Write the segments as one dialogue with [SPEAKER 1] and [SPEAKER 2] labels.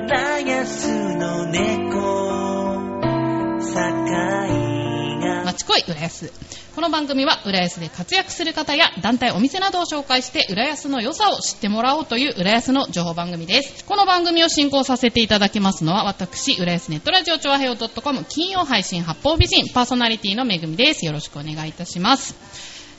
[SPEAKER 1] ラスの猫堺が
[SPEAKER 2] 町恋浦安この番組は浦安で活躍する方や団体お店などを紹介して浦安の良さを知ってもらおうという浦安の情報番組ですこの番組を進行させていただきますのは私浦安ネットラジオ調和平洋 .com 金曜配信八方美人パーソナリティのめぐみですよろしくお願いいたします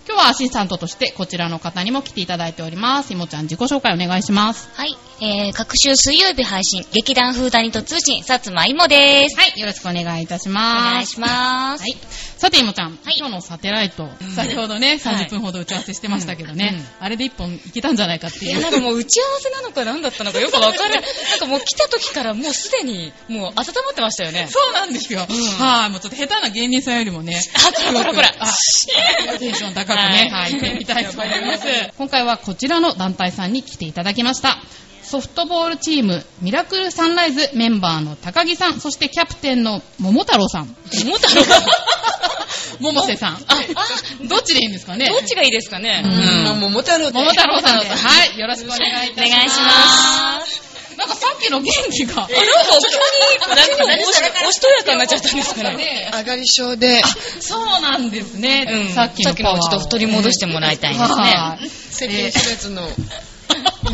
[SPEAKER 2] 今日はアシスタントとしてこちらの方にも来ていただいておりますいもちゃん自己紹介お願いします
[SPEAKER 3] はい、えー、各週水曜日配信、劇団風谷と通信、薩摩いもです。
[SPEAKER 2] はいよろしくお願いいたし
[SPEAKER 3] お
[SPEAKER 2] ます
[SPEAKER 3] 願いします。
[SPEAKER 2] はい。さて、いもちゃん、
[SPEAKER 3] い
[SPEAKER 2] 今日のサテライト、先ほどね、30分ほど打ち合わせしてましたけどね、あれで1本いけたんじゃないかって
[SPEAKER 3] い
[SPEAKER 2] い
[SPEAKER 3] や、
[SPEAKER 2] う。
[SPEAKER 3] なんかもう打ち合わせなのか何だったの かよくわかる。なんかもう来た時からもうすでに、もう温まってましたよね。
[SPEAKER 2] そうなんですよ。はい、もうちょっと下手な芸人さんよりもね、
[SPEAKER 3] あ、ほらほら。
[SPEAKER 2] あテンション高くね、
[SPEAKER 3] は
[SPEAKER 2] はいい、行ってみたいと思います。今回はこちらの団体さんに来ていただきました。ソフトボールチーム、ミラクルサンライズメンバーの高木さん、そしてキャプテンの桃太郎さん、
[SPEAKER 3] 桃太郎が。
[SPEAKER 2] 桃瀬さん。あ、どっちでいいんですかね
[SPEAKER 3] どっちがいいですかね。
[SPEAKER 2] うん
[SPEAKER 3] うん、桃太郎
[SPEAKER 2] 桃太郎さんで。
[SPEAKER 3] お
[SPEAKER 2] はい、よろしくお願いいた
[SPEAKER 3] 願い
[SPEAKER 2] します。
[SPEAKER 3] します。
[SPEAKER 2] なんかさっきの元気が。
[SPEAKER 3] あ、なんか急に、なんかおしおしとやかになっちゃったんですかね。
[SPEAKER 2] ね
[SPEAKER 4] 上がり症で、
[SPEAKER 2] そうなんですね。
[SPEAKER 3] うん、
[SPEAKER 2] さっきのパワーを
[SPEAKER 3] ちょっと取り戻してもらいたいですね。
[SPEAKER 4] 世間知らずの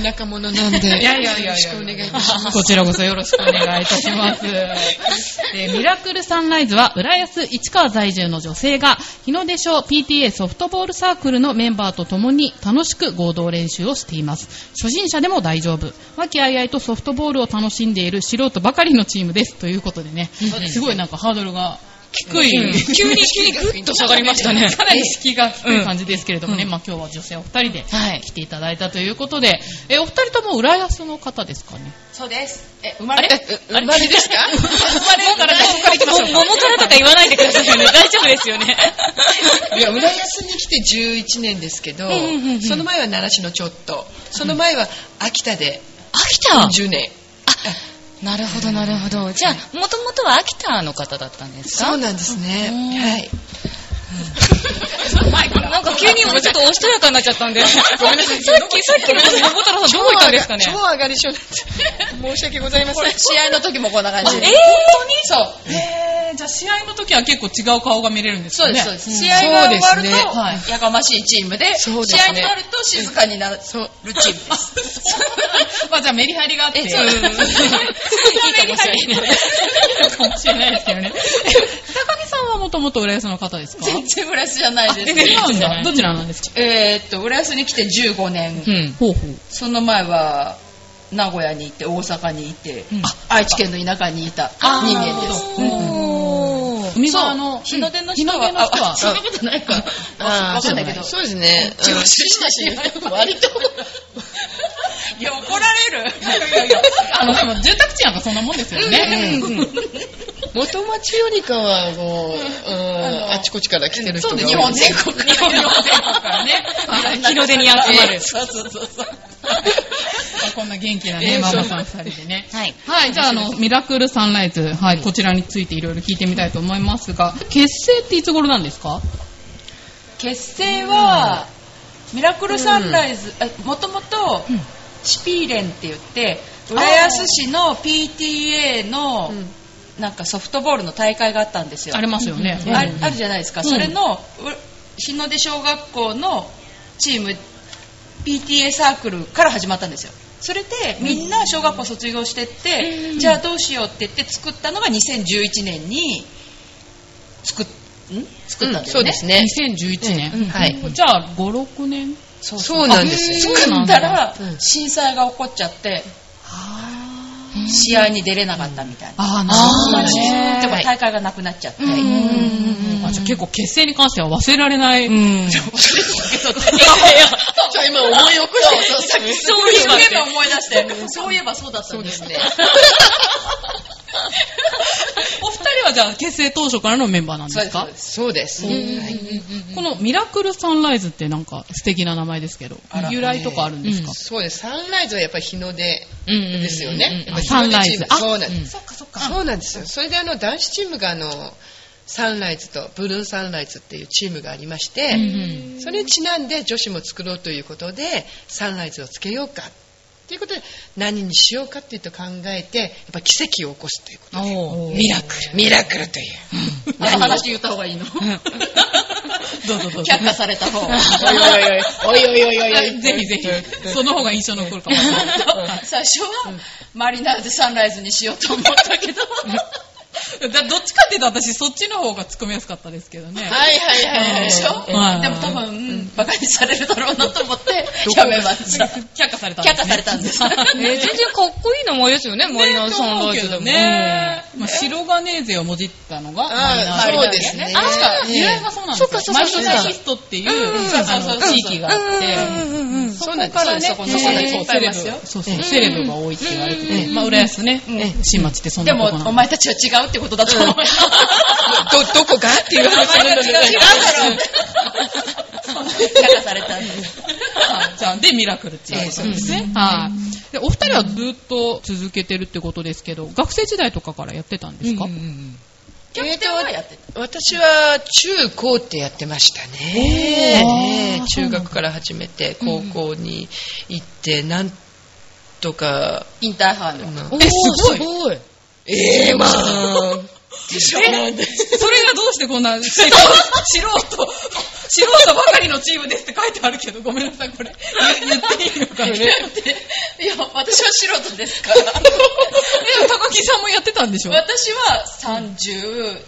[SPEAKER 4] 田舎者なんで、
[SPEAKER 2] いやいやいやいや
[SPEAKER 4] よろしくお願いいたします。
[SPEAKER 2] こちらこそよろしくお願いいたし ます。えーミラクルサンライズは、浦安市川在住の女性が、日の出賞 PTA ソフトボールサークルのメンバーと共に楽しく合同練習をしています。初心者でも大丈夫。和気あいあいとソフトボールを楽しんでいる素人ばかりのチームです。ということでね、すごいなんかハードルが低い。
[SPEAKER 3] うん急に、急にグッと下がりましたね。
[SPEAKER 2] かなり敷居が低い感じですけれどもね、まあ今日は女性お二人で
[SPEAKER 3] はい
[SPEAKER 2] 来ていただいたということで、えお二人とも浦安の方ですかね。
[SPEAKER 5] そうです。え、生
[SPEAKER 4] あ
[SPEAKER 5] ま
[SPEAKER 4] れ生まれですか
[SPEAKER 2] 生まれるからね、そこから行きましょう。
[SPEAKER 3] 桃からとか言わないでください ね。大丈夫ですよね。
[SPEAKER 4] いや、浦安に来て11年ですけど
[SPEAKER 3] んうんうんうん、
[SPEAKER 4] その前は奈良市のちょっと、その前は秋田で
[SPEAKER 3] 秋田
[SPEAKER 4] 10年。
[SPEAKER 3] なるほど、なるほど。じゃあ、もともとは秋田の方だったんです
[SPEAKER 4] そう
[SPEAKER 3] か
[SPEAKER 4] なんですね。
[SPEAKER 3] うん
[SPEAKER 4] はい。
[SPEAKER 3] なんか急にちょっとおしとやかになっちゃったんで。ごめんな さい。さっき、さっきの桃太郎さんどこ行ったんですかね
[SPEAKER 4] 超上がり症なんで申し訳ございません。
[SPEAKER 5] 試合の時もこんな感じ
[SPEAKER 3] え
[SPEAKER 5] で。
[SPEAKER 2] そう。えー、じゃあ試合の時は結構違う顔が見れるんです
[SPEAKER 5] そ
[SPEAKER 2] か
[SPEAKER 5] う
[SPEAKER 2] ね。
[SPEAKER 5] です、そうです。試合が終わる
[SPEAKER 4] そうですねは
[SPEAKER 5] と、やかましいチームで、試合
[SPEAKER 4] そうですね
[SPEAKER 5] になると静かになるチームです。
[SPEAKER 2] す。まあじゃあメリハリがあって。
[SPEAKER 3] えそう
[SPEAKER 2] うん
[SPEAKER 3] いいかもしれな い
[SPEAKER 2] かもしれないですけどね。え高木さんはもともと浦安の方ですか
[SPEAKER 5] 全然ブラスじゃないです。
[SPEAKER 2] 違うん
[SPEAKER 3] じゃな
[SPEAKER 2] だ。
[SPEAKER 3] い
[SPEAKER 2] どちらなんですか
[SPEAKER 5] えーっと、浦安に来て15年。
[SPEAKER 3] うん。
[SPEAKER 2] ほうほう。
[SPEAKER 5] その前は、名古屋に行って、大阪に行って、
[SPEAKER 3] ん
[SPEAKER 5] 愛知県の田舎にいた
[SPEAKER 3] あー
[SPEAKER 5] 人間です。
[SPEAKER 3] おー。
[SPEAKER 2] 海側の
[SPEAKER 5] 日の出の人は、
[SPEAKER 2] 日の出の人は
[SPEAKER 5] あそんなことないか。
[SPEAKER 4] あー
[SPEAKER 5] わかんないけど。
[SPEAKER 4] そうですね。
[SPEAKER 5] 女子だし、割と。 いや、怒られる。いやいや
[SPEAKER 2] あの、でも住宅地なんかそんなもんですよね。
[SPEAKER 4] 元町よりかは、もう、うんあちこちから来てる人が多い
[SPEAKER 5] 日本全国日本全国
[SPEAKER 2] から ね
[SPEAKER 3] 日の出に集まる。
[SPEAKER 5] そうそうそうそう。
[SPEAKER 2] こんな元気なね、ママさん二人でね。
[SPEAKER 3] はい。
[SPEAKER 2] はい、じゃあ、あの、ミラクルサンライズ、はい、こちらについていろいろ聞いてみたいと思いますが、結成っていつ頃なんですか
[SPEAKER 5] 結成は、ミラクルサンライズ、もともと、シピーレンって言って、浦安市の PTA の、なんかソフトボールの大会があったんですよ。
[SPEAKER 2] ありますよね。
[SPEAKER 5] あるあるじゃないですか、
[SPEAKER 2] ん
[SPEAKER 5] それのう日の出小学校のチーム PTA サークルから始まったんですよそれでみんな小学校卒業してって、じゃあどうしようって言って作ったのが2011年に作っん作ったんだよね、
[SPEAKER 4] そうですね。
[SPEAKER 2] 2011年。
[SPEAKER 4] はい。
[SPEAKER 2] じゃあ、5、6年
[SPEAKER 5] そうそう
[SPEAKER 4] そうなんですよ。
[SPEAKER 2] そうな
[SPEAKER 5] 作
[SPEAKER 2] ん
[SPEAKER 5] っ
[SPEAKER 2] だ
[SPEAKER 5] たら
[SPEAKER 4] うん
[SPEAKER 5] 震災が起こっちゃって試合に出れなかったみたいな、
[SPEAKER 2] ああ、なるほどね。
[SPEAKER 5] だから大会がなくなっちゃって、
[SPEAKER 2] あじゃあ結構結成に関しては忘れられない。
[SPEAKER 3] うん。
[SPEAKER 4] じゃあ今思い起こしてさっき
[SPEAKER 5] そういえば思い出して、そういえばそうだったんですね。
[SPEAKER 2] お二人はじゃあ結成当初からのメンバーなんですか
[SPEAKER 4] そうです。はい
[SPEAKER 2] このミラクルサンライズってなんか素敵な名前ですけど
[SPEAKER 4] あ、ら
[SPEAKER 2] 由来とかあるんですか
[SPEAKER 4] そうです。サンライズはやっぱり日の出
[SPEAKER 3] うん。
[SPEAKER 4] ですよね。やっぱ
[SPEAKER 2] サンライズ
[SPEAKER 4] 日の出チーム
[SPEAKER 2] あ
[SPEAKER 4] そうなん
[SPEAKER 3] う
[SPEAKER 4] で
[SPEAKER 3] ん
[SPEAKER 4] す。そっかそっか。そうなんですよ。それであの男子チームがあの、サンライズとブルーサンライズっていうチームがありまして、それにちなんで女子も作ろうということで、サンライズをつけようかっということで何にしようかっていうと考えてやっぱ奇跡を起こすということで
[SPEAKER 3] おー
[SPEAKER 4] ミラクルミラクルという
[SPEAKER 5] あ話言った方がいいの
[SPEAKER 2] どうぞどうぞ。
[SPEAKER 5] 却下された 方
[SPEAKER 4] おいおいおいおいおいおいおいおい
[SPEAKER 2] ぜひぜひ。その方が印象残るかもしれない。
[SPEAKER 5] 最初は、マリナーズサンライズにしようと思ったけど
[SPEAKER 2] だどっちかっていうと私そっちの方が突っ込みやすかったですけどね。
[SPEAKER 5] はいはいはいはい。でしょ、
[SPEAKER 2] はい
[SPEAKER 5] でも多分、バカにされるだろうなと思って、やめました。
[SPEAKER 2] 却下されたんです、
[SPEAKER 5] 却下されたん です。
[SPEAKER 3] えー全然かっこいい名前ですよね、マリナーズサンライズでも。
[SPEAKER 2] ね。まあ、白金勢をもじったのが、
[SPEAKER 4] あー
[SPEAKER 2] マリナーズ
[SPEAKER 4] そうですね
[SPEAKER 2] あ、確か、由来がそうなんですよ。
[SPEAKER 3] そっかそっかそっか
[SPEAKER 2] マリナーシストっていう、あの地域があって、
[SPEAKER 3] うんうんうんうん。
[SPEAKER 2] そこからね、
[SPEAKER 5] そうなんですよそこそこにいっぱいいますよ
[SPEAKER 2] そうそう、セレブが多いって言われてて、まあ、浦安ね、新町ってそん
[SPEAKER 5] で
[SPEAKER 2] なと
[SPEAKER 5] も
[SPEAKER 2] こな、
[SPEAKER 5] お
[SPEAKER 2] の。
[SPEAKER 5] 前たちは違うってことだと 思う。
[SPEAKER 4] どどこがっていう話なんだけど
[SPEAKER 5] 違うだろう。却下されたんです。
[SPEAKER 2] あ じゃあ、で、ミラクルっていうことですね。はい。で、お二人はずっと続けてるってことですけど、学生時代とかからやってたんですか、
[SPEAKER 5] キャプテンはやってた。
[SPEAKER 4] 私は中高ってやってましたね。ね中学から始めて高校に行って、なんとか、
[SPEAKER 5] インターハイの。
[SPEAKER 4] まあ
[SPEAKER 2] え、すごい
[SPEAKER 3] ごい。
[SPEAKER 4] ええまあ、でしょなんで
[SPEAKER 2] それがどうしてこんな素人、素人、素人ばかりのチームですって書いてあるけど、ごめんなさい、これ。言言っていいのかね。でも、
[SPEAKER 5] いや、私は素人ですから。
[SPEAKER 2] 高木さんもやってたんでしょ
[SPEAKER 5] 私は30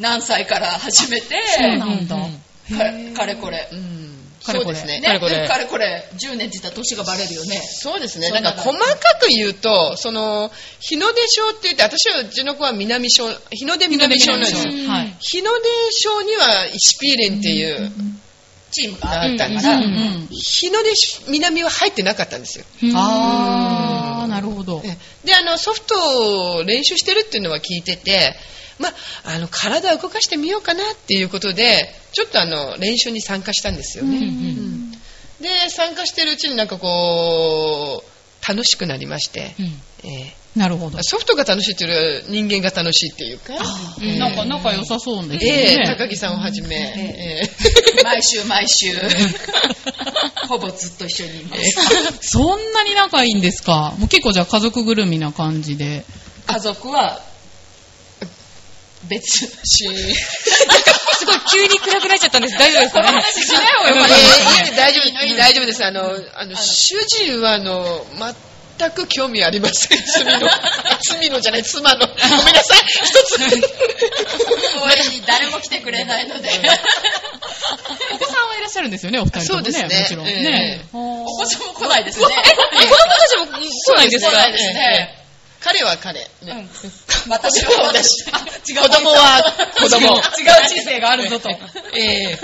[SPEAKER 5] 何歳から始めて、
[SPEAKER 2] なんだ。
[SPEAKER 5] かかれこれ。
[SPEAKER 4] うん
[SPEAKER 2] かれ
[SPEAKER 4] そう
[SPEAKER 2] これ
[SPEAKER 4] ですね。
[SPEAKER 5] ね、
[SPEAKER 2] かれこれ
[SPEAKER 5] でもかれこれ、10年実は年がバレるよね。
[SPEAKER 4] そうですね。
[SPEAKER 5] そ
[SPEAKER 4] だ
[SPEAKER 5] ん
[SPEAKER 4] か
[SPEAKER 5] な
[SPEAKER 4] ら細かく言うと、その、日の出症って言って、私はうちの子は南症、日の出南症なんですよ。
[SPEAKER 2] はい。
[SPEAKER 4] 日の出症には石ピーレンっていう、
[SPEAKER 5] チーム が。
[SPEAKER 4] あったか
[SPEAKER 2] う
[SPEAKER 4] ら、
[SPEAKER 2] ん
[SPEAKER 4] 日の出南は入ってなかったんですよ。
[SPEAKER 2] うん。あー、なるほど。
[SPEAKER 4] ええであのソフトを練習してるっていうのは聞いてて、まあ、あの体を動かしてみようかなっていうことでちょっとあの練習に参加したんですよね、うんで参加してるうちになんかこう楽しくなりまして、え
[SPEAKER 2] なるほ
[SPEAKER 4] え
[SPEAKER 2] ど。
[SPEAKER 4] ソフトが楽しいっていうよりは人間が楽しいっていうか、
[SPEAKER 2] うんなんか仲良さそうです
[SPEAKER 4] ええ高
[SPEAKER 2] ね。
[SPEAKER 4] 木さんをはじめ、え
[SPEAKER 5] 毎週毎 週、ほぼずっと一緒にいます。
[SPEAKER 2] そんなに仲いいんですかもう結構じゃあ家族ぐるみな感じで。
[SPEAKER 5] 家族は、別し、
[SPEAKER 3] すごい、急に暗くなっちゃったんです。大丈夫ですかね。
[SPEAKER 5] しない方が
[SPEAKER 4] え
[SPEAKER 5] よかっ
[SPEAKER 4] ええ大丈夫大丈夫ですあのあの主人はあの全く興味ありません罪のあ罪のじゃない妻のごめんなさい一つ
[SPEAKER 5] た。応援に誰も来てくれないので、
[SPEAKER 2] お子さんはいらっしゃるんですよね、お二人ともね。
[SPEAKER 4] そうですね
[SPEAKER 2] もちろんね。お
[SPEAKER 5] お子さんも来ない ですね。
[SPEAKER 3] 子供たちも来ないんです
[SPEAKER 5] 来
[SPEAKER 3] か
[SPEAKER 5] ないですね。
[SPEAKER 4] 彼は彼、ね
[SPEAKER 5] 私は私。
[SPEAKER 4] 子 供は子供
[SPEAKER 5] 違う人生があるぞと。
[SPEAKER 4] ええ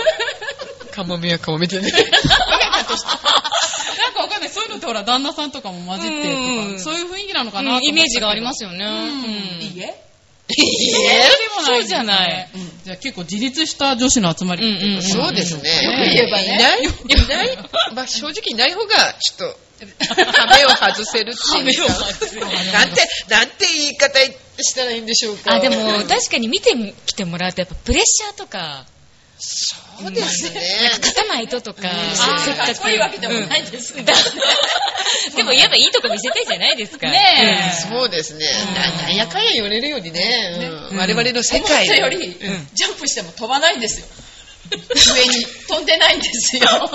[SPEAKER 4] かもみやかもみ でね
[SPEAKER 2] なんかわかんない。そういうのってほら、旦那さんとかも混じってと
[SPEAKER 3] う
[SPEAKER 2] か、
[SPEAKER 3] ん
[SPEAKER 2] そういう雰囲気なのかなと思
[SPEAKER 3] う
[SPEAKER 2] った
[SPEAKER 3] ん
[SPEAKER 2] けど
[SPEAKER 3] イメージがありますよね。うん
[SPEAKER 5] いいえ。
[SPEAKER 2] そう
[SPEAKER 3] そうじゃない。
[SPEAKER 2] じゃあ結構自立した女子の集ま
[SPEAKER 3] う
[SPEAKER 2] り
[SPEAKER 3] ん
[SPEAKER 2] って
[SPEAKER 3] う
[SPEAKER 2] い
[SPEAKER 3] ん。
[SPEAKER 4] そうですね
[SPEAKER 5] よく言えばね
[SPEAKER 4] いないいない、まあ、正直いない方がちょっとハメを外せるっていうかなんてなんて言い方したらいいんでしょうか
[SPEAKER 3] あ、でも、確かに見てきてもらうと、やっぱプレッシャーとか、
[SPEAKER 4] そうですね
[SPEAKER 3] 勝たないととか、
[SPEAKER 5] あ
[SPEAKER 3] せっ
[SPEAKER 5] ーか
[SPEAKER 3] か
[SPEAKER 5] っ
[SPEAKER 3] く
[SPEAKER 5] こいいわけでもないですけど。
[SPEAKER 3] でも、やっぱいいとこ見せたいじゃないですか。
[SPEAKER 5] ねえ。
[SPEAKER 4] そうですね。ななんやかんや言われるよりね、うん我々の世界
[SPEAKER 5] 思ったより、
[SPEAKER 4] 上に。
[SPEAKER 5] ジャンプしても飛ばないんですよ。飛んでない んですよ。
[SPEAKER 3] だって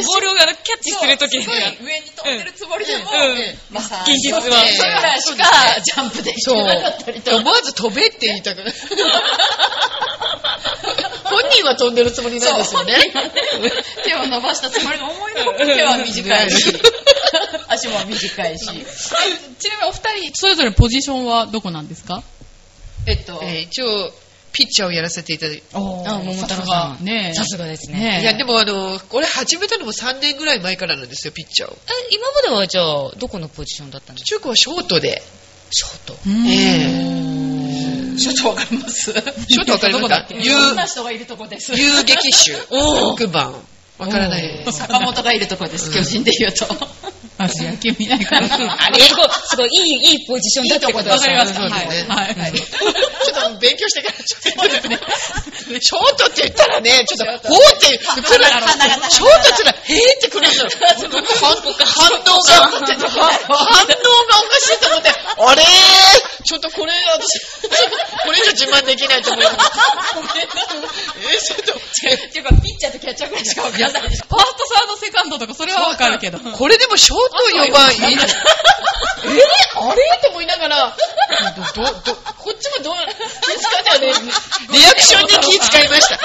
[SPEAKER 3] ボールをあのキャッチするときに。
[SPEAKER 5] そうすごい上に飛んでるつもりでも、
[SPEAKER 3] うん
[SPEAKER 5] まあさ、
[SPEAKER 3] 現実は
[SPEAKER 5] それぐらいしかジャンプでき
[SPEAKER 4] そう。
[SPEAKER 5] てなかったりとか。
[SPEAKER 4] 思わず飛べって言いたくなる。本人は飛んでるつもりなんですよね。
[SPEAKER 5] 手を伸ばしたつもりが思いのほか手は短いし
[SPEAKER 4] ね、
[SPEAKER 5] 足も短いし。
[SPEAKER 2] ちなみにお二人、それぞれポジションはどこなんですか
[SPEAKER 5] えっと、
[SPEAKER 4] えー一応、ピッチャーをやらせていただいて。
[SPEAKER 2] あ、
[SPEAKER 3] 桃太郎
[SPEAKER 2] さ
[SPEAKER 3] さ
[SPEAKER 2] すが
[SPEAKER 3] ん
[SPEAKER 2] ねえ
[SPEAKER 3] さすがですね。
[SPEAKER 2] ね
[SPEAKER 4] いや、でもあの、これ始めたのも3年ぐらい前からなんですよ、ピッチャーを。
[SPEAKER 3] え、今まではじゃあ、どこのポジションだったんですか
[SPEAKER 4] 中古はショートで。
[SPEAKER 3] ショート。
[SPEAKER 2] うん
[SPEAKER 5] 所長わか ります
[SPEAKER 4] ショートわかりますか遊
[SPEAKER 5] そんな人がいるとこです。
[SPEAKER 4] 遊撃手。6番。わからない。
[SPEAKER 5] 坂本がいるとこです、巨人で言うと。
[SPEAKER 2] 私野球見ないから。
[SPEAKER 3] あれすごい、すごい、いい、いいポジションだってこと
[SPEAKER 2] わ
[SPEAKER 3] です
[SPEAKER 2] かり
[SPEAKER 3] よ
[SPEAKER 2] ました。
[SPEAKER 4] そうですね
[SPEAKER 2] はい。はい。
[SPEAKER 4] ちょっと勉強してから、ちょっと。ちょっとって言ったらね、ちょっと、ほうってくるちょっとって言ったら、へーってくるんだよ。反反応が、反応がおかしいと思って、あれーちょっとこれ、私、これじゃ自慢できないと思います。えー、ちょっと、
[SPEAKER 5] っていうか、ピッチャーとキャッチャーぐらいしかわかんない。
[SPEAKER 2] ファースト、サード、セカンドとか、それはわかるけど。
[SPEAKER 4] これでもショート4番いいな。えー、あれって思いながら、ど、ど、どこっちもどう、気遣ったよね。リアクションに気遣いました。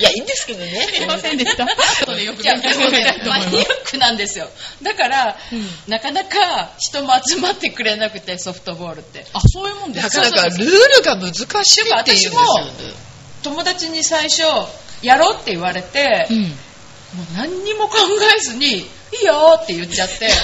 [SPEAKER 4] いや、いいんですけどね。
[SPEAKER 2] すいませんでした。後でよく
[SPEAKER 5] じゃあ、
[SPEAKER 2] 勉強したいと思
[SPEAKER 5] マ
[SPEAKER 2] いま
[SPEAKER 5] ニア
[SPEAKER 2] す。
[SPEAKER 5] ックなんですよ。だから、なかなか人も集まってくれなくて、ソフトボールって。
[SPEAKER 2] あ、そういうもんです
[SPEAKER 4] な
[SPEAKER 2] か
[SPEAKER 4] かなかルールが難しいっていうんですよね。
[SPEAKER 5] 友達に最初、やろうって言われて、
[SPEAKER 3] うん。
[SPEAKER 5] もう何にも考えずに、いいよって言っちゃって、いいよ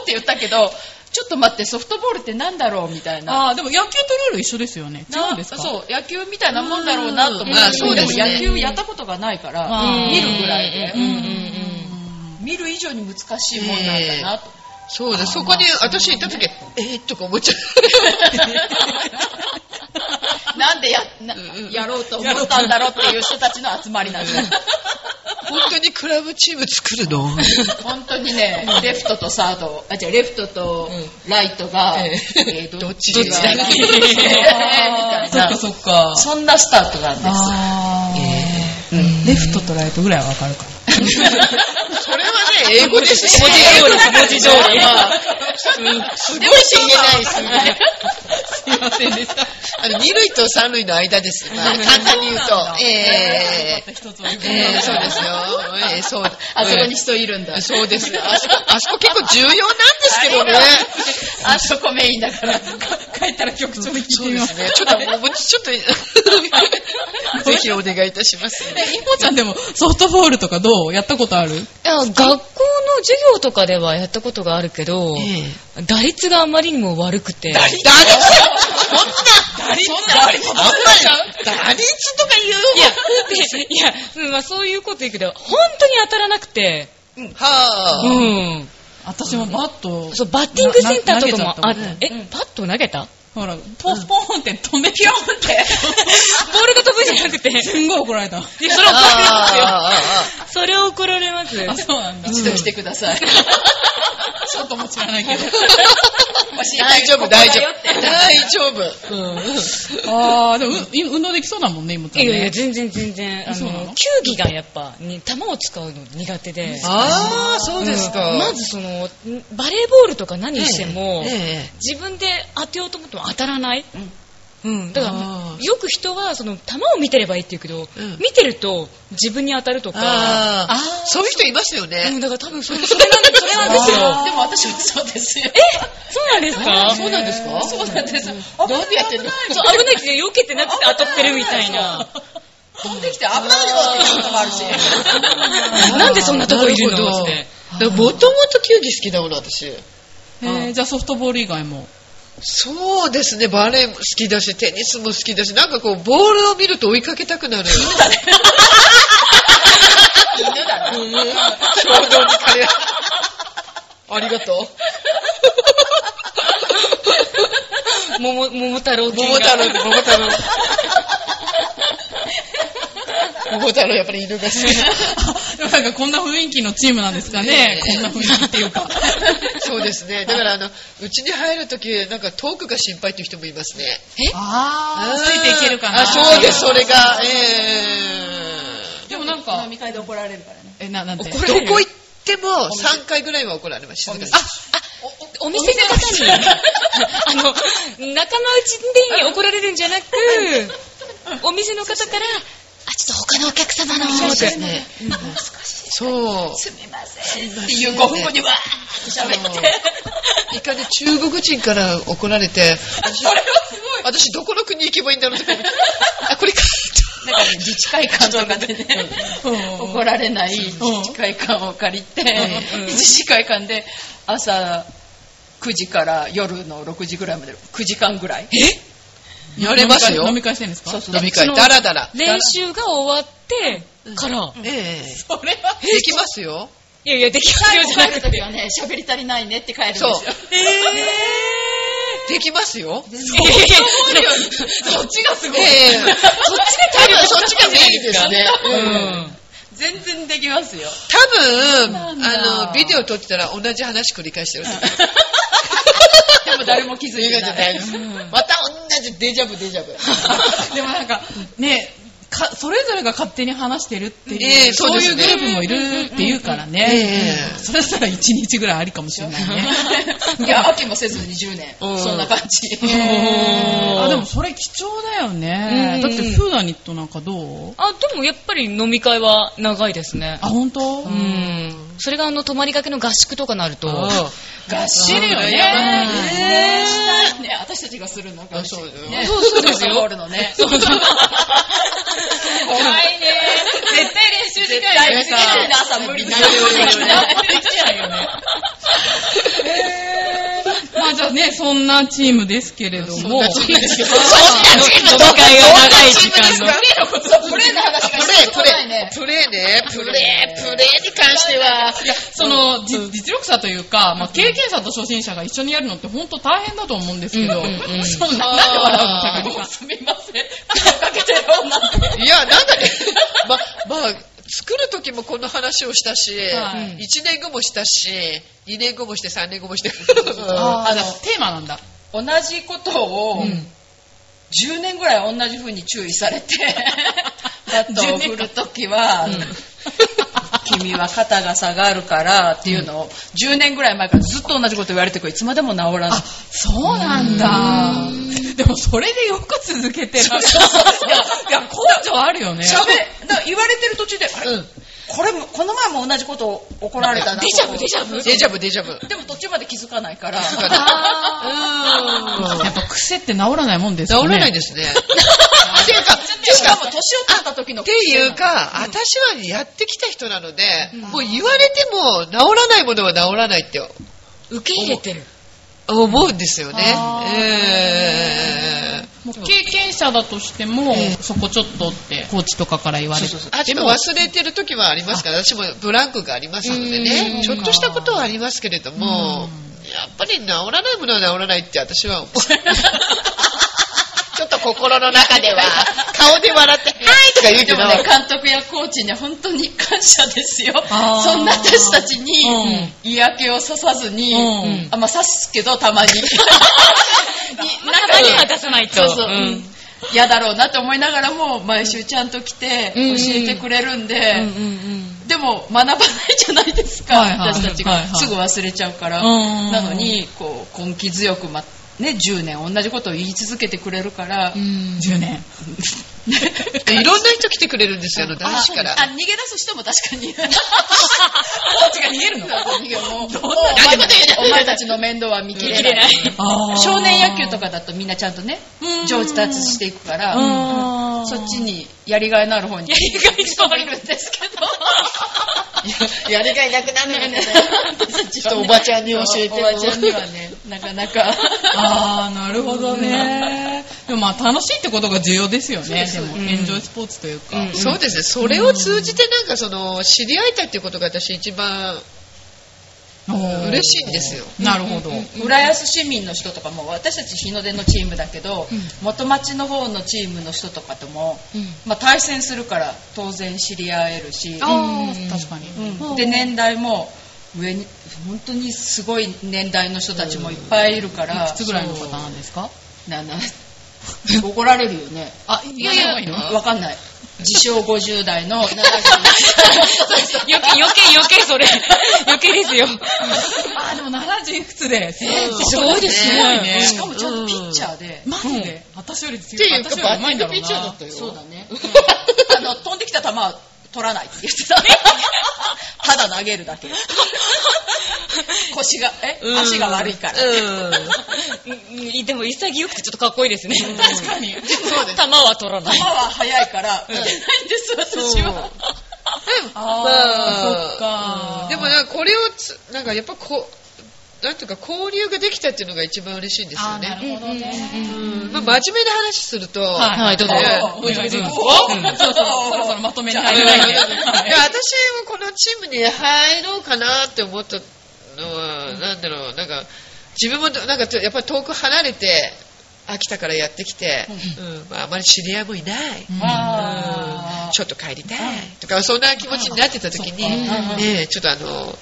[SPEAKER 5] って言ったけど、ちょっと待って、ソフトボールってなんだろうみたいな。
[SPEAKER 2] あー、でも野球とルール一緒ですよね。違うんですか
[SPEAKER 5] そう、野球みたいなもんだろうなと思って、
[SPEAKER 4] うんあそうですね
[SPEAKER 5] も野球やったことがないから、
[SPEAKER 2] うん
[SPEAKER 5] 見るぐらいで、
[SPEAKER 3] うんうん
[SPEAKER 5] 見る以上に難しいもんなんだなと。
[SPEAKER 4] そうです。そこに私行った時、えー、とか思 っちゃ
[SPEAKER 5] なんでやなやろうと思ったんだろうっていう人たちの集まりなんだ。
[SPEAKER 4] う。本当にクラブチーム作るの
[SPEAKER 5] 本当にね、レフトとサード、あ、じゃあレフトとライトが、
[SPEAKER 4] ええ
[SPEAKER 5] えー
[SPEAKER 4] ど
[SPEAKER 5] ど
[SPEAKER 4] っ
[SPEAKER 5] っ
[SPEAKER 4] ち
[SPEAKER 5] ち
[SPEAKER 4] が
[SPEAKER 5] がいいの
[SPEAKER 2] あー
[SPEAKER 5] みたいな。
[SPEAKER 2] っか
[SPEAKER 5] そんなスタートなんです。
[SPEAKER 2] あーレフトとライトぐらいはわかるか
[SPEAKER 4] それはね、英語ですし。
[SPEAKER 3] 文字通りです文字通り
[SPEAKER 4] まあすごいし言えないですね。
[SPEAKER 2] すいませんでした。
[SPEAKER 4] あの、二類と三類の間です。 まあ、簡単に言うと。えー、
[SPEAKER 2] 一つは
[SPEAKER 4] えー、そうですよ。えー、そう。
[SPEAKER 5] あそこに人いるんだ
[SPEAKER 4] うん。そうですね。あそこ、あそこ結構重要なんですけどね。
[SPEAKER 5] あそこメインだから。
[SPEAKER 2] 帰ったら局長に聞いて
[SPEAKER 4] そう
[SPEAKER 2] み
[SPEAKER 4] で
[SPEAKER 2] ますす。
[SPEAKER 4] ね。ちょっと、もう、ちょっと、 ぜひお願いいたします。
[SPEAKER 2] え、いもちゃんでもソフトボールとかどうやったことある
[SPEAKER 3] いや学校の授業とかではやったことがあるけど、
[SPEAKER 4] ええ
[SPEAKER 3] 打率があまりにも悪くて。
[SPEAKER 4] 打率そんな打率そんなあんまり打率とか言う
[SPEAKER 3] いや、でいや、うんまあ、そういうこと言うけど、本当に当たらなくて、う
[SPEAKER 4] はぁ。
[SPEAKER 3] ん。
[SPEAKER 2] 私もバット、
[SPEAKER 3] そう、バッティングセンターとかも
[SPEAKER 2] な
[SPEAKER 3] あ
[SPEAKER 2] 投げちゃったも
[SPEAKER 3] っ
[SPEAKER 2] んね
[SPEAKER 3] え、バット投げた
[SPEAKER 2] ほら、ポンポンって飛んでピョンって。
[SPEAKER 3] ボールが飛ぶじゃなくて、
[SPEAKER 2] すんごい怒られた。
[SPEAKER 3] い やそれ怒られますよ。
[SPEAKER 4] あ
[SPEAKER 3] それを怒られます。
[SPEAKER 2] あ、そうなんだ。
[SPEAKER 5] 一度来てください。
[SPEAKER 2] ちょっとも知らないけ ど。
[SPEAKER 4] 大丈夫、大丈夫。大丈夫。
[SPEAKER 2] あー、でもう運動できそうだもんね、いもちゃん
[SPEAKER 3] い
[SPEAKER 2] ね。
[SPEAKER 3] やいや、全然全然、あ
[SPEAKER 2] そうなの
[SPEAKER 3] の、球技がやっぱ、に球を使うの苦手で。
[SPEAKER 4] ああ、そうですか。
[SPEAKER 3] まずその、バレーボールとか何しても、
[SPEAKER 4] ええ
[SPEAKER 3] 自分で当てようと思っても当たらない。うん。だか
[SPEAKER 4] あー
[SPEAKER 3] ら、よく人は、その、球を見てればいいって言うけど、
[SPEAKER 4] うん
[SPEAKER 3] 見てると、自分に当たるとか、
[SPEAKER 4] ああ、そういう人いますよ
[SPEAKER 3] う
[SPEAKER 4] ね
[SPEAKER 3] ん、。だから多分それ、それなんです、それなんですよ。
[SPEAKER 5] でも私もそうですよ。
[SPEAKER 3] そうなんですか
[SPEAKER 4] そうなんですか
[SPEAKER 5] そうなんです。
[SPEAKER 4] どうやってやってんの
[SPEAKER 3] そう、危ないけど、避けてなくて当たってるみたいな。
[SPEAKER 5] 飛んできて危ないよってこともあるし。
[SPEAKER 3] なんでそんなとこいる
[SPEAKER 4] なるほ
[SPEAKER 3] の
[SPEAKER 4] ど
[SPEAKER 3] って。
[SPEAKER 4] だからもともと球技好きだもの、私。
[SPEAKER 2] え ーじゃあソフトボール以外も。
[SPEAKER 4] そうですね、バレーも好きだし、テニスも好きだし、なんかこう、ボールを見ると追いかけたくなる。犬だね。犬だね。衝動に駆れ。ありがと
[SPEAKER 3] 桃、桃太郎
[SPEAKER 4] う。
[SPEAKER 3] 系が
[SPEAKER 4] 桃太郎、桃太郎。桃太郎、やっぱり犬が好き。
[SPEAKER 2] でもなんかこんな雰囲気のチームなんですかね。こんな雰囲気っていう か。
[SPEAKER 4] そうですね。だから、あの、うちに入るとき、なんかトークが心配っていう人もいますね。
[SPEAKER 2] あー、ついていけるかな。
[SPEAKER 4] あ、そうです、それが。え
[SPEAKER 2] でもなんか
[SPEAKER 5] 飲、み会で怒られるからね。
[SPEAKER 2] え、な、なんて。
[SPEAKER 4] ー、どこ行っても3回ぐらいは怒られました。あ、
[SPEAKER 3] お店の 方に、あの、仲間内で怒られるんじゃなく、お店の方から、あ、ちょっと他のお客様の、
[SPEAKER 4] そう
[SPEAKER 3] って
[SPEAKER 4] ですね。そう。
[SPEAKER 5] すみませんっていう5分後にわーって喋って。
[SPEAKER 4] 一回ね、中国人から怒られて、私私どこの国行けばいいんだろう とか思って、あ、これか。
[SPEAKER 5] なんかね、自治会館とかでね、
[SPEAKER 2] うん
[SPEAKER 5] 怒られない自治会館を借りて、自治会館で朝9時から夜の6時ぐらいまで9時間ぐらい。
[SPEAKER 4] やれますよ
[SPEAKER 2] 飲み会飲み会してるんですか
[SPEAKER 5] そうそう
[SPEAKER 4] 飲み会、だらだら。
[SPEAKER 3] 練習が終わって、から。
[SPEAKER 4] ええ
[SPEAKER 5] それは
[SPEAKER 4] できますよ。
[SPEAKER 3] いやいや、できます
[SPEAKER 5] 最
[SPEAKER 3] よ
[SPEAKER 5] 後
[SPEAKER 3] じゃ
[SPEAKER 5] 帰
[SPEAKER 3] な
[SPEAKER 5] る
[SPEAKER 3] く
[SPEAKER 5] とき
[SPEAKER 3] て。
[SPEAKER 5] は ね、喋り足りないねって帰るんです
[SPEAKER 4] そう
[SPEAKER 5] よ。。
[SPEAKER 4] できますよ。
[SPEAKER 3] いやいやいや
[SPEAKER 5] そっちがすごい。
[SPEAKER 4] ええそっちが多分そっちがメインですね。うん
[SPEAKER 5] 全然できますよ。
[SPEAKER 4] 多分、
[SPEAKER 5] んだ
[SPEAKER 4] あの、ビデオ撮ってたら同じ話繰り返してると思う。
[SPEAKER 5] でも誰も気づい
[SPEAKER 4] 映
[SPEAKER 5] て
[SPEAKER 4] 画じゃ
[SPEAKER 5] な。
[SPEAKER 4] ないいのまた同じデジャブデジャブ。
[SPEAKER 5] でもなんか、ね、かそれぞれが勝手に話してるっていう、
[SPEAKER 4] ええ
[SPEAKER 5] そ
[SPEAKER 4] そううで
[SPEAKER 5] いうグ
[SPEAKER 4] すね
[SPEAKER 5] ループもいるっていうからね、
[SPEAKER 4] ええ
[SPEAKER 5] それしたら1日ぐらいありかもしれない ねいや飽きもせずに10年、
[SPEAKER 4] うん
[SPEAKER 5] そんな感じ、
[SPEAKER 2] あでもそれ貴重だよね、
[SPEAKER 3] うん
[SPEAKER 2] だってフーダニットなんかどう
[SPEAKER 3] あ、でもやっぱり飲み会は長いですね
[SPEAKER 2] あ。本当、う
[SPEAKER 3] う
[SPEAKER 2] ん
[SPEAKER 3] ん。それがあの、泊まりかけの合宿とかなると、
[SPEAKER 5] がっしりよね
[SPEAKER 4] うん
[SPEAKER 5] ねしたいね私たちがするのが
[SPEAKER 4] あそうだよ
[SPEAKER 5] ね
[SPEAKER 3] そうそうですよ
[SPEAKER 5] ゴールのね怖いね絶対練習時間に次の日の朝無理だよ
[SPEAKER 2] まあじゃあね、そんなチームですけれども、
[SPEAKER 3] 飲み会が長い時間の。
[SPEAKER 5] プレーの話
[SPEAKER 4] プ
[SPEAKER 5] が
[SPEAKER 4] レ
[SPEAKER 5] した
[SPEAKER 4] ー、
[SPEAKER 5] こと
[SPEAKER 4] プ
[SPEAKER 5] ない
[SPEAKER 4] レ
[SPEAKER 5] ね
[SPEAKER 4] ー、プレーね、プレー、プレーに関しては、
[SPEAKER 2] その、じ実力者というか、まあ、経験者と初心者が一緒にやるのって本当大変だと思うんですけど、
[SPEAKER 3] うんうんうん
[SPEAKER 2] そうななんで笑うの高木さん。
[SPEAKER 5] すみま せん声かけてろなんて
[SPEAKER 4] いや、なんだね、ま、まあ、作る時もこの話をしたし、
[SPEAKER 5] はい
[SPEAKER 4] 1年後もしたし、2年後もして、3年後も して、
[SPEAKER 2] あーあの、テーマなんだ。
[SPEAKER 5] 同じことを、10年ぐらい同じ風に注意 されて、バ ットを振るときは、 君は肩が下がるからっていうのを、10年ぐらい前からずっと同じこと言われてくるいつまでも治らない。
[SPEAKER 2] そうなんだ。でもそれでよく続けてる。い や、いや根性あるよね。
[SPEAKER 5] 喋れだから言われてる途中で、あれこれも、この前も同じことを怒られたな。デジャブ、デジャブ
[SPEAKER 4] デジャブ、デジャブ。
[SPEAKER 5] でも途中まで気づかないから、
[SPEAKER 2] やっぱ癖って治らないもんです
[SPEAKER 4] 治
[SPEAKER 2] よね。
[SPEAKER 4] らないですね。って いうか、
[SPEAKER 5] しかも年を取った時の
[SPEAKER 4] っていうか、私はやってきた人なので、もう言われても治らないものは治らないって
[SPEAKER 3] 受け入れてる。
[SPEAKER 4] 思うんですよね。
[SPEAKER 2] あー
[SPEAKER 4] えー
[SPEAKER 2] もう経験者だとしても、そこちょっとって、コーチとかから言われて。
[SPEAKER 4] あでも忘れてる時はありますから、私もブランクがありますのでね、ちょっとしたことはありますけれども、やっぱり治らないものは治らないって私は思 う。ちょっと心の中では、顔で笑って、はいとか言うけ
[SPEAKER 5] で
[SPEAKER 4] ど、
[SPEAKER 5] もね、監督やコーチには本当に感謝ですよ。
[SPEAKER 2] あー
[SPEAKER 5] そんな私たちに
[SPEAKER 2] うん
[SPEAKER 5] 嫌気をささずに、
[SPEAKER 2] うん
[SPEAKER 5] あまあ刺すけどたまに。に
[SPEAKER 3] 中に
[SPEAKER 5] な
[SPEAKER 3] は
[SPEAKER 5] んか
[SPEAKER 3] 出さないと。
[SPEAKER 5] そうそ
[SPEAKER 3] う
[SPEAKER 5] ううん
[SPEAKER 3] ん
[SPEAKER 5] 嫌だろうなって思いながらも毎週ちゃんと来て
[SPEAKER 3] うん
[SPEAKER 5] 教えてくれるんで、
[SPEAKER 3] うんうん
[SPEAKER 5] でも学ばないじゃないですか、
[SPEAKER 2] はいはい
[SPEAKER 5] 私たち
[SPEAKER 2] はい
[SPEAKER 5] が
[SPEAKER 2] はい
[SPEAKER 5] すぐ忘れちゃうから、
[SPEAKER 2] うん
[SPEAKER 5] なのにこう根気強く、まね、10年同じことを言い続けてくれるから、
[SPEAKER 2] 10年。
[SPEAKER 4] いろんな人来てくれるんですよ、あの男子から
[SPEAKER 5] あ。逃げ出す人も確かに。コーチが逃げるの逃げるもうもうお前たちの面倒は見切れない。
[SPEAKER 2] あー
[SPEAKER 5] 少年野球とかだとみんなちゃんとね、上達していくから、
[SPEAKER 2] うん
[SPEAKER 5] そっちにやりがいのある方に。やりがいのあるんですけど。
[SPEAKER 4] やりがいなくなるよね。
[SPEAKER 5] ち
[SPEAKER 4] ちょっとおばちゃんに教えて
[SPEAKER 5] おばちゃんにはね、 なかなか。
[SPEAKER 2] ああ、なるほどね。でもまあ楽しいってことが重要ですよね。でも、
[SPEAKER 3] うん
[SPEAKER 2] エンジョイスポーツというか。
[SPEAKER 3] うん
[SPEAKER 4] そうですね。それを通じてなんかその、知り合えたっていうことが私一番
[SPEAKER 2] おー
[SPEAKER 4] 嬉しいんですよ。
[SPEAKER 2] なるほど。
[SPEAKER 5] 浦安市民の人とかも私たち日の出のチームだけど、元町の方のチームの人とかとも、まあ、対戦するから当然知り合えるし、
[SPEAKER 2] あー確かに。
[SPEAKER 5] うんで年代も上に本当にすごい年代の人たちもいっぱいいるから、
[SPEAKER 2] いくつぐらいの方なんですか
[SPEAKER 5] なな怒られるよね
[SPEAKER 2] あ、いやいや、
[SPEAKER 5] わかんない自称50 代の70
[SPEAKER 3] 余計、余計、余計それ。余計です よ。
[SPEAKER 2] あ、でも70いくつで。
[SPEAKER 3] すごいですね。
[SPEAKER 2] ね
[SPEAKER 5] しかもちゃんとピッチャーで、
[SPEAKER 2] マジで私より強
[SPEAKER 4] ってい
[SPEAKER 2] い。
[SPEAKER 4] うか
[SPEAKER 2] 私、よ
[SPEAKER 4] バ
[SPEAKER 2] り
[SPEAKER 4] ッ
[SPEAKER 2] うま
[SPEAKER 4] ティ
[SPEAKER 2] いん
[SPEAKER 4] ン
[SPEAKER 2] だ
[SPEAKER 4] グ
[SPEAKER 2] ろ
[SPEAKER 4] ピ
[SPEAKER 2] う
[SPEAKER 4] ッチャーだ
[SPEAKER 2] な
[SPEAKER 4] っ。たよ。
[SPEAKER 5] そうだね、あの飛んできた球は取らないって言ってたね ただ投げるだけ腰がえ、足が悪いから、
[SPEAKER 3] うんでも潔くてちょっとかっこいいですね。
[SPEAKER 5] 確 かに
[SPEAKER 4] そうです。
[SPEAKER 3] 弾は取らない
[SPEAKER 5] 球。は速いから打てないんです私は、
[SPEAKER 4] まあ、でもなんかこれをつなんかやっぱこうなんていうか交流ができたっていうのが一番嬉しいんですよ
[SPEAKER 2] あーな
[SPEAKER 4] ね。
[SPEAKER 2] るほどね。
[SPEAKER 4] うんまあ、真面目な話すると、
[SPEAKER 2] はい
[SPEAKER 3] はいどうぞ
[SPEAKER 4] ね
[SPEAKER 2] お願いします
[SPEAKER 5] お
[SPEAKER 2] うんそうそう、そろそろまとめに入
[SPEAKER 4] い
[SPEAKER 2] り
[SPEAKER 4] や
[SPEAKER 2] たい
[SPEAKER 4] 私
[SPEAKER 2] んで。
[SPEAKER 4] もこのチームに入ろうかなって思ったのは、なんだろう、なんか、自分もなんかやっぱり遠く離れて、秋田からやってきて、うんまあ、あまり知り合いもいない、うん
[SPEAKER 5] あー
[SPEAKER 4] ちょっと帰りたいとか、そんな気持ちになってた時に、
[SPEAKER 5] うん
[SPEAKER 4] ねえ、ちょっとあの、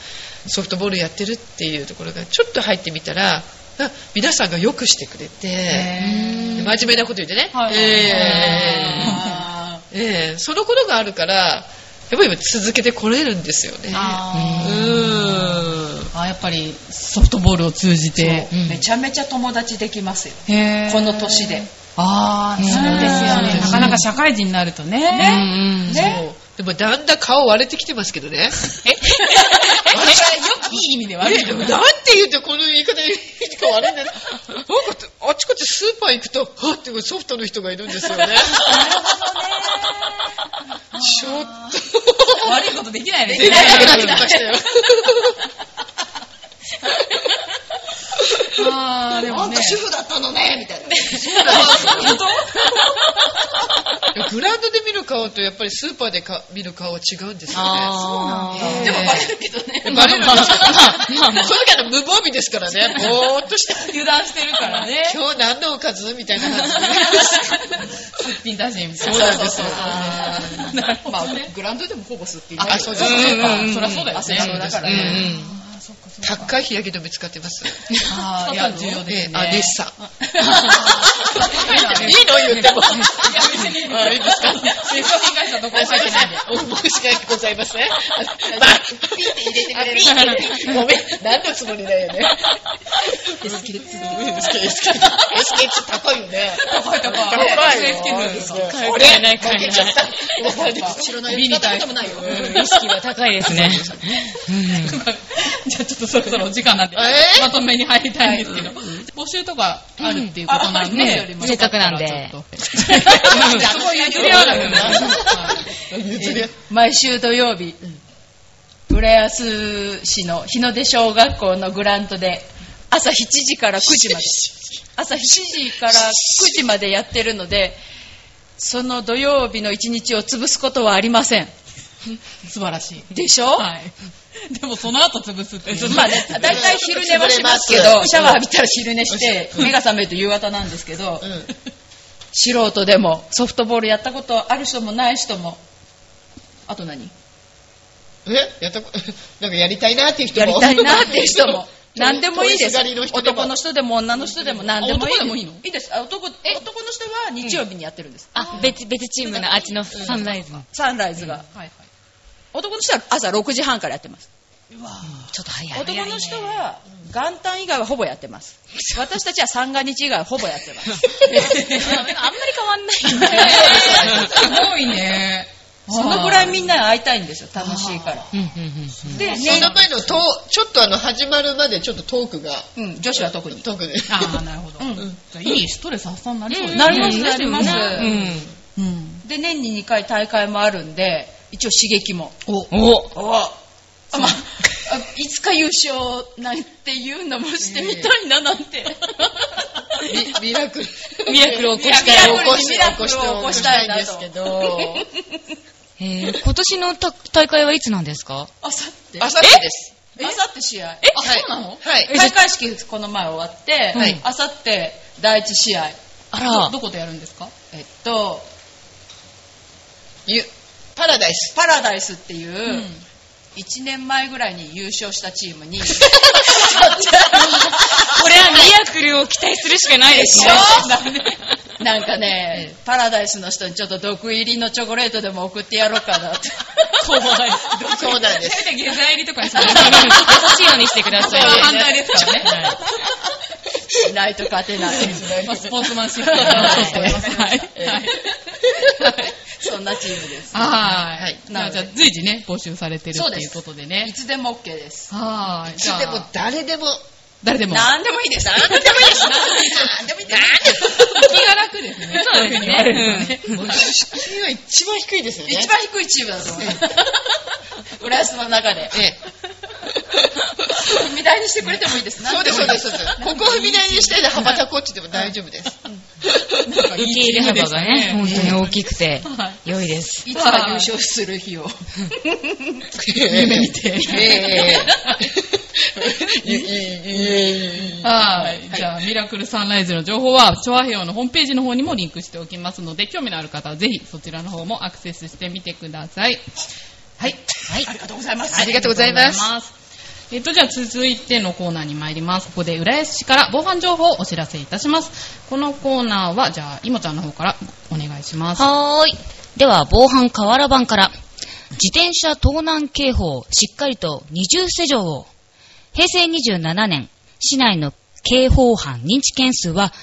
[SPEAKER 4] ソフトボールやってるっていうところが、ちょっと入ってみたら、あ皆さんがよくしてくれて、
[SPEAKER 2] へー
[SPEAKER 4] 真面目なこと言ってね、
[SPEAKER 2] はい
[SPEAKER 4] えー
[SPEAKER 5] あ
[SPEAKER 4] ええそのことがあるから、やっぱり続けてこれるんですよね。う
[SPEAKER 2] あー
[SPEAKER 4] ーん。
[SPEAKER 2] あーやっぱりソフトボールを通じて
[SPEAKER 5] ーめちゃめちゃ友達できますよ。
[SPEAKER 6] へー
[SPEAKER 5] この年で。
[SPEAKER 6] ああ、そうですよね。なかなか社会人になるとね。
[SPEAKER 5] ね。ね。
[SPEAKER 4] そう。でもだんだん顔割れてきてますけどね。
[SPEAKER 2] いい意味で
[SPEAKER 4] あ
[SPEAKER 2] 悪
[SPEAKER 4] れ
[SPEAKER 2] い
[SPEAKER 4] なんて言うてこの言い方で顔割れんだよ。なんかあちこちスーパー行くと、はっってソフトの人がいるんですよね。 ちょっと。
[SPEAKER 5] 悪いことできないね。
[SPEAKER 4] できなくなってきましたよ。
[SPEAKER 2] あーでも
[SPEAKER 4] あん
[SPEAKER 2] ね
[SPEAKER 4] た主婦だったのねみたいな。
[SPEAKER 5] 本当
[SPEAKER 4] いやグラウンドで見る顔とやっぱりスーパーでか見る顔は違うんですよね。
[SPEAKER 2] あー
[SPEAKER 5] でもバレるけどね。
[SPEAKER 4] バレるんですよ。その時は無防備ですからね。ぼーっとして、
[SPEAKER 5] 油断してるからね。
[SPEAKER 4] 今日何のおかずみたいな感じで。
[SPEAKER 2] すっぴんだしみたいな
[SPEAKER 4] そうなんですよ。
[SPEAKER 5] あーなるほどね。
[SPEAKER 4] グラウンドでもほぼすっぴん
[SPEAKER 2] あ
[SPEAKER 4] あ、
[SPEAKER 2] そ
[SPEAKER 4] そうう
[SPEAKER 2] で
[SPEAKER 4] です
[SPEAKER 2] ね
[SPEAKER 4] すね。
[SPEAKER 2] あそりゃそうだよね
[SPEAKER 5] 汗だくだから
[SPEAKER 4] う
[SPEAKER 5] ね。
[SPEAKER 4] ん高い日焼け止め使ってます。
[SPEAKER 2] あーいや重要ですね
[SPEAKER 4] あ、ネッサ。いい
[SPEAKER 2] い
[SPEAKER 4] の言っても。
[SPEAKER 2] や別に
[SPEAKER 4] あいいですか
[SPEAKER 2] 製造品会社どこも書いてないんで
[SPEAKER 4] お申し訳ございません。まあ、ピンって入れてくれる。ピンってごめん、何のつもりだよね。S キレッツ。S キレッツ。S キレッツ高いよね。
[SPEAKER 5] 高い高い。
[SPEAKER 4] これ、負けちゃった。知らない。
[SPEAKER 2] ビリ対
[SPEAKER 4] 使ったこともないよ。
[SPEAKER 2] 意識は高いですね。じゃあちょっとそろそろお時間なんで、
[SPEAKER 4] えー
[SPEAKER 2] まとめに入りたいんですけど、募集とかあるっていうことなん
[SPEAKER 5] うんああり
[SPEAKER 2] で、
[SPEAKER 5] ます
[SPEAKER 2] よ
[SPEAKER 6] よ
[SPEAKER 2] かったら
[SPEAKER 6] せっかくなんで
[SPEAKER 2] ちょっと
[SPEAKER 5] すごい譲り合わなくなる
[SPEAKER 4] 譲り合う
[SPEAKER 5] 毎週土曜日、浦安市の日の出小学校のグラウンドで朝7時から9時まで朝7時から9時までやってるのでその土曜日の一日を潰すことはありません
[SPEAKER 2] 素晴らしい。
[SPEAKER 5] でしょ、
[SPEAKER 2] はい。でもその後潰すって。
[SPEAKER 5] まあね、大体昼寝はしますけ
[SPEAKER 4] 潰れ
[SPEAKER 5] ど
[SPEAKER 4] ます
[SPEAKER 5] シャワー浴びたら昼寝して目が覚めると夕方なんですけど、
[SPEAKER 4] うん
[SPEAKER 5] 素人でもソフトボールやったことある人もない人もあと何
[SPEAKER 4] えやったこなんかやりたいなっていう人
[SPEAKER 5] や
[SPEAKER 4] も。
[SPEAKER 5] りたいなっていう人 も。何でもいいです
[SPEAKER 4] 通りすがりの。人でも
[SPEAKER 5] 男の人でも女の人でも何でもいい。
[SPEAKER 2] 男でもいいの
[SPEAKER 5] いいです。あ男、え、男の人は日曜日にやってるんです。
[SPEAKER 6] あ、別、別チームのあっちのサンライズの。
[SPEAKER 5] サンライズが。男の人は朝6時半からやってます。
[SPEAKER 6] ちょっと早い。
[SPEAKER 5] 男の人は元旦以外はほぼやってます。私たちは三が日以外はほぼやってます。
[SPEAKER 6] あんまり変わんないん
[SPEAKER 2] すごいね。
[SPEAKER 5] そのぐらいみんな会いたいんですよ。楽しいから。
[SPEAKER 6] だ。
[SPEAKER 5] で、
[SPEAKER 4] そ
[SPEAKER 5] ね
[SPEAKER 4] の前のと、ちょっとあの、始まるまでちょっとトークが、
[SPEAKER 5] うん、女子は特に。
[SPEAKER 4] 特に。
[SPEAKER 2] あーなるほど。じゃあいいストレス発散になりそうですね
[SPEAKER 5] なります、なります。
[SPEAKER 6] うん。
[SPEAKER 2] うん
[SPEAKER 5] で、年に2回大会もあるんで、一応刺激も。
[SPEAKER 6] お、
[SPEAKER 5] おあまあ、 あいつか優勝なんていうのもしてみたいななんて。
[SPEAKER 4] ミミラクル。
[SPEAKER 6] ミラクルを起こしたい
[SPEAKER 4] ミラクルに
[SPEAKER 5] ミラクルを起こしたいなと
[SPEAKER 4] 起こしたいんですけど。
[SPEAKER 6] えー今年のた大会はいつなんですか
[SPEAKER 5] あさって。
[SPEAKER 4] あさってです。
[SPEAKER 5] あさって試合。
[SPEAKER 6] え
[SPEAKER 2] あ、そうなの
[SPEAKER 4] はい。
[SPEAKER 5] 開会式この前終わって
[SPEAKER 4] はい、
[SPEAKER 5] あさって第一試合。
[SPEAKER 6] あ
[SPEAKER 2] ど
[SPEAKER 6] ら
[SPEAKER 2] ど、こでやるんですか
[SPEAKER 5] えっと、
[SPEAKER 4] ゆパラダイス。
[SPEAKER 5] パラダイスっていうう、1年前ぐらいに優勝したチー ムに、
[SPEAKER 6] これはミラクルを期待するしかないですね。
[SPEAKER 5] なんかね、パラダイスの人にちょっと毒入りのチョコレートでも送ってやろうかなって。
[SPEAKER 2] 怖い。
[SPEAKER 4] そうなんです。
[SPEAKER 2] せめて下剤入りとか にしない
[SPEAKER 6] 優
[SPEAKER 2] と
[SPEAKER 6] しいようにしてください。
[SPEAKER 2] そう反対ですからね
[SPEAKER 5] しないと勝てない。
[SPEAKER 2] まあスポーツマンシップだと思いますね。はい。
[SPEAKER 5] そんなチームです。
[SPEAKER 2] はい。はい。じゃ
[SPEAKER 5] な
[SPEAKER 2] あ
[SPEAKER 5] ので
[SPEAKER 2] じゃあ随時ね、募集されてる
[SPEAKER 5] そう
[SPEAKER 2] っ
[SPEAKER 5] で
[SPEAKER 2] てい
[SPEAKER 5] す
[SPEAKER 2] うことで
[SPEAKER 5] い
[SPEAKER 2] ね。
[SPEAKER 5] つでも OK です。
[SPEAKER 2] はい。じゃ
[SPEAKER 4] でも
[SPEAKER 2] あ、
[SPEAKER 4] 誰でも。
[SPEAKER 2] 誰でも。
[SPEAKER 5] 何でもいいです。何でもいい です。何でもいいです。
[SPEAKER 2] 気が楽ですね。そういうふうに言われるとね。
[SPEAKER 4] 敷居は一番低いですよね。
[SPEAKER 5] 一番低いチームだと思う。浦安の中で。
[SPEAKER 4] ええ
[SPEAKER 5] 踏み台にしてくれてもいいです。
[SPEAKER 4] そうです、そうです、そうです。ここを踏み台にして、羽ばたこうって言っても大丈夫です。
[SPEAKER 5] なんかい
[SPEAKER 3] 受
[SPEAKER 5] い
[SPEAKER 3] け入れ幅がね、
[SPEAKER 5] いい
[SPEAKER 3] 本
[SPEAKER 5] チ
[SPEAKER 3] 当
[SPEAKER 5] ームですね
[SPEAKER 3] に大きくて、良いです。
[SPEAKER 5] いつか優勝する日を。
[SPEAKER 4] 夢見て。ええ。いいいいいい
[SPEAKER 2] はい。じゃあ、ミラクルサンライズの情報は、チョアヘヨのホームページの方にもリンクしておきますので、興味のある方はぜひそちらの方もアクセスしてみてください。はい。はい。
[SPEAKER 5] ありがとうございます。
[SPEAKER 4] ありがとうございます
[SPEAKER 2] ありがとうございます。えっと、じゃあ続いてのコーナーに参ります。ここで浦安市から防犯情報をお知らせいたします。このコーナーは、じゃあ、いもちゃんの方からお願いします。
[SPEAKER 3] はーい。では、防犯河原版から。自転車盗難警報、しっかりと二重施錠を。平成27年、市内の刑法犯認知件数は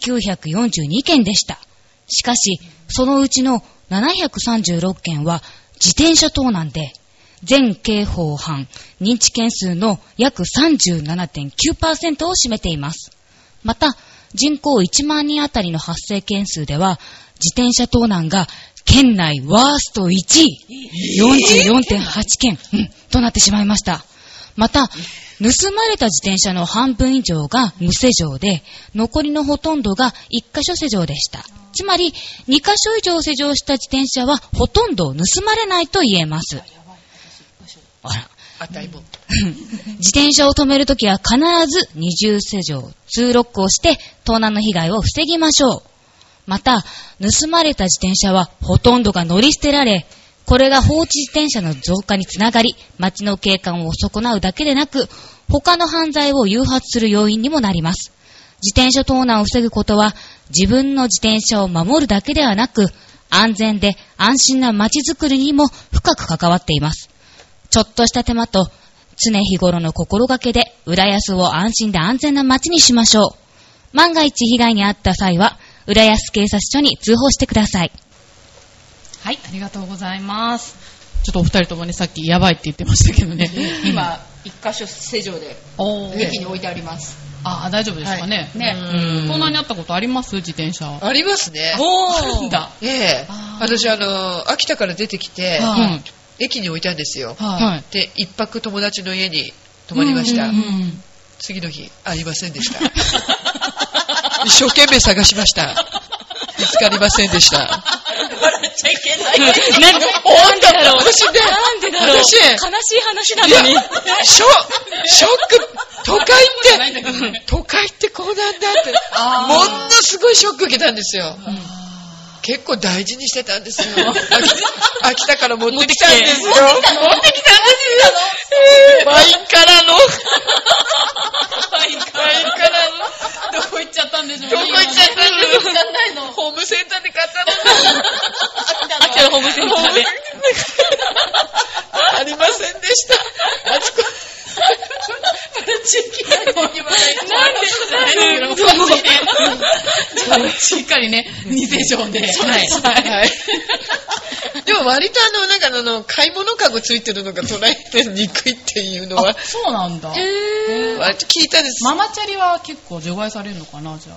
[SPEAKER 3] 1942件でした。しかし、そのうちの736件は自転車盗難で、全刑法犯認知件数の約37.9%を占めています。また、人口1万人あたりの発生件数では、自転車盗難が県内ワースト1位、44.8件、うん、となってしまいました。また、盗まれた自転車の半分以上が無施錠で、残りのほとんどが1箇所施錠でした。つまり、2箇所以上施錠した自転車はほとんど盗まれないと言えます。あら。
[SPEAKER 4] あたいも。
[SPEAKER 3] 自転車を止めるときは必ず二重施錠、通ロックをして盗難の被害を防ぎましょう。また、盗まれた自転車はほとんどが乗り捨てられ、これが放置自転車の増加につながり、街の景観を損なうだけでなく、他の犯罪を誘発する要因にもなります。自転車盗難を防ぐことは、自分の自転車を守るだけではなく、安全で安心な街づくりにも深く関わっています。ちょっとした手間と常日頃の心がけで浦安を安心で安全な街にしましょう。万が一被害に遭った際は、浦安警察署に通報してください。
[SPEAKER 2] はい、ありがとうございます。ちょっとお二人ともね、さっきやばいって言ってましたけどね。今、
[SPEAKER 5] 今、一箇所施錠で
[SPEAKER 2] おー
[SPEAKER 5] 駅に置いてあります。
[SPEAKER 2] あ、大丈夫ですかね。
[SPEAKER 5] ね。
[SPEAKER 2] コーナーにあったことあります自転車。
[SPEAKER 4] ありますね。
[SPEAKER 2] おなんだ。
[SPEAKER 4] ええ
[SPEAKER 2] あー
[SPEAKER 4] 私、あの、秋田から出てきて、
[SPEAKER 2] は
[SPEAKER 3] うん
[SPEAKER 2] い。
[SPEAKER 4] 駅に置いたんですよ。
[SPEAKER 2] はい。
[SPEAKER 4] で、一泊友達の家に泊まりました
[SPEAKER 2] うん。うん
[SPEAKER 4] 次の日、ありませんでした。一生懸命探しました。見つかりませんでした。
[SPEAKER 5] 笑っちゃいけない。
[SPEAKER 3] なんで
[SPEAKER 4] なんだろう私ね、
[SPEAKER 3] なんでだろう悲
[SPEAKER 4] 私
[SPEAKER 3] しい話ない
[SPEAKER 4] や
[SPEAKER 3] のに。、
[SPEAKER 4] ショショック、都会って、都会ってこうなんだって、ものすごいショック受けたんですよ。結構大事にしてたんですよ。秋秋田から持ってきたんですよ。持ってきたの持ってきたんですよ。ワインからの。
[SPEAKER 2] はい、はい、から、どこ行っちゃったんでしょう
[SPEAKER 4] どこ行っちゃったの
[SPEAKER 5] わかんないの。
[SPEAKER 4] ホームセンターで買ったのに。
[SPEAKER 5] 秋田のホームセンターで。
[SPEAKER 4] ありませんでした。あちこ
[SPEAKER 2] なんで、なんで、しっかりね、偽証で。はい。はい。
[SPEAKER 4] でも割とあの、なんかあの、買い物かごついてるのが捉えてにくいっていうのは、
[SPEAKER 2] そうなんだ。
[SPEAKER 4] 割と聞いたんです。
[SPEAKER 2] ママチャリは結構除外されるのかな、じゃあ。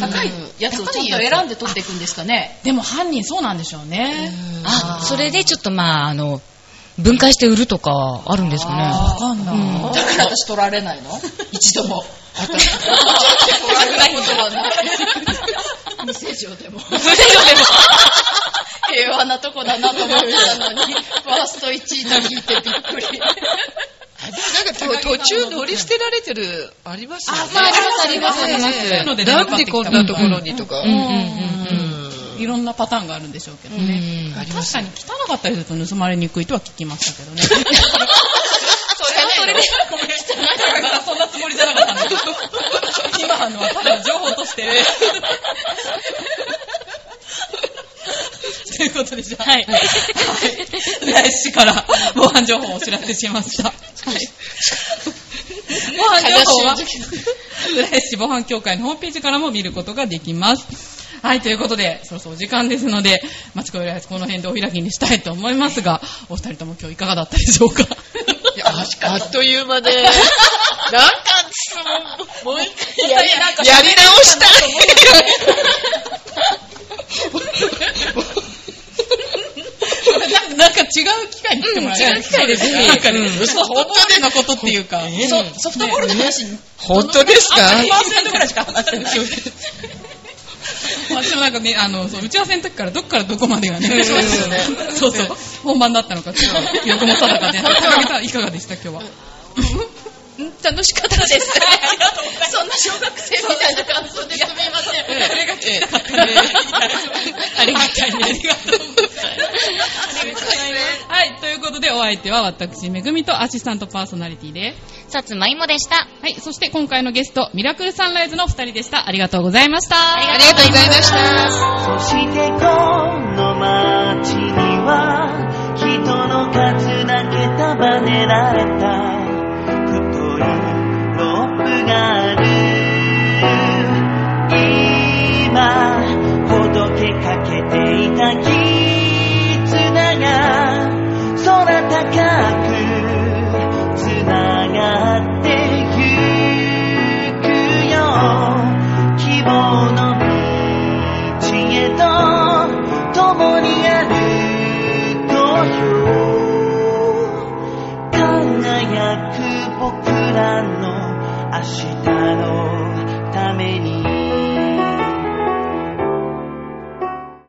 [SPEAKER 5] 高いやつをちゃんと選んで取っていくんですかね。
[SPEAKER 2] でも犯人そうなんでしょうね。
[SPEAKER 3] あ、それでちょっとまあ、あの、分解して売るとかあるんですかね。
[SPEAKER 2] わかん
[SPEAKER 3] うん
[SPEAKER 2] な
[SPEAKER 5] だから私取られ ないの一度も。取られないことはない。無施錠でも。無施錠でも。平和なとこだなと思ってたのに、ワースト1位と聞いてびっくり。
[SPEAKER 4] なんかと途中乗り捨てられてる、ありますよね。
[SPEAKER 2] まあありますありますあります
[SPEAKER 4] ね
[SPEAKER 2] なので
[SPEAKER 4] なんでこんなところにとか。
[SPEAKER 3] うんうん
[SPEAKER 4] うん
[SPEAKER 3] うん
[SPEAKER 2] い。いろんなパターンがあるんでしょうけど
[SPEAKER 3] うん。う
[SPEAKER 2] ね。
[SPEAKER 3] ん
[SPEAKER 4] ありま
[SPEAKER 2] 確
[SPEAKER 4] す
[SPEAKER 2] かに汚かったりすると盗まれにくいとは聞きましたけどね。
[SPEAKER 5] それはそれで。
[SPEAKER 2] そんなつもりじゃなかったんだけど。今あのはただ情報として。 ということでじゃあ、はい。来週から防犯情報をお知らせしました。はい。防犯情報は、浦安市防犯協会のホームページからも見ることができます。はい、ということで、そろそろお時間ですので、町子浦安この辺でお開きにしたいと思いますが、お二人とも今日いかがだったでしょうか
[SPEAKER 4] いやああっという間で、なんか質問、もう一回やり直したい。
[SPEAKER 2] なんか違う機会に来てもらえないですか
[SPEAKER 4] ないですよ。
[SPEAKER 2] なんかね
[SPEAKER 4] うん
[SPEAKER 2] ソフトボールのことっていうか。
[SPEAKER 4] え
[SPEAKER 5] そうソフトボールの話、
[SPEAKER 4] 本当です か
[SPEAKER 5] 3%ぐらいしか話してない。
[SPEAKER 2] まあ、でもなんかね、あの、そう打ち合わせの時からどっからどこまでがね、
[SPEAKER 4] そうですよね
[SPEAKER 2] そうそう本番だったのか、ちょっと記憶も定かで、 高木さんいかがでした、今日は。
[SPEAKER 5] うん楽しかったです。 そんな小学生みたいな感想ですみません。
[SPEAKER 2] ありがたいね。ありがとうございます。はい、ということでお相手は私、めぐみとアシスタントパーソナリティで。
[SPEAKER 3] さつまいもでした。
[SPEAKER 2] はい、そして今回のゲスト、ミラクルサンライズのお二人でした。ありがとうございました。
[SPEAKER 3] ありがとうございました。
[SPEAKER 1] そしてこの街には人の数だけ束ねられた太いロープがある今ほどけかけていた絆が空高くつながってゆくよ希望の道知恵と共に歩こうよ輝く僕らの明日の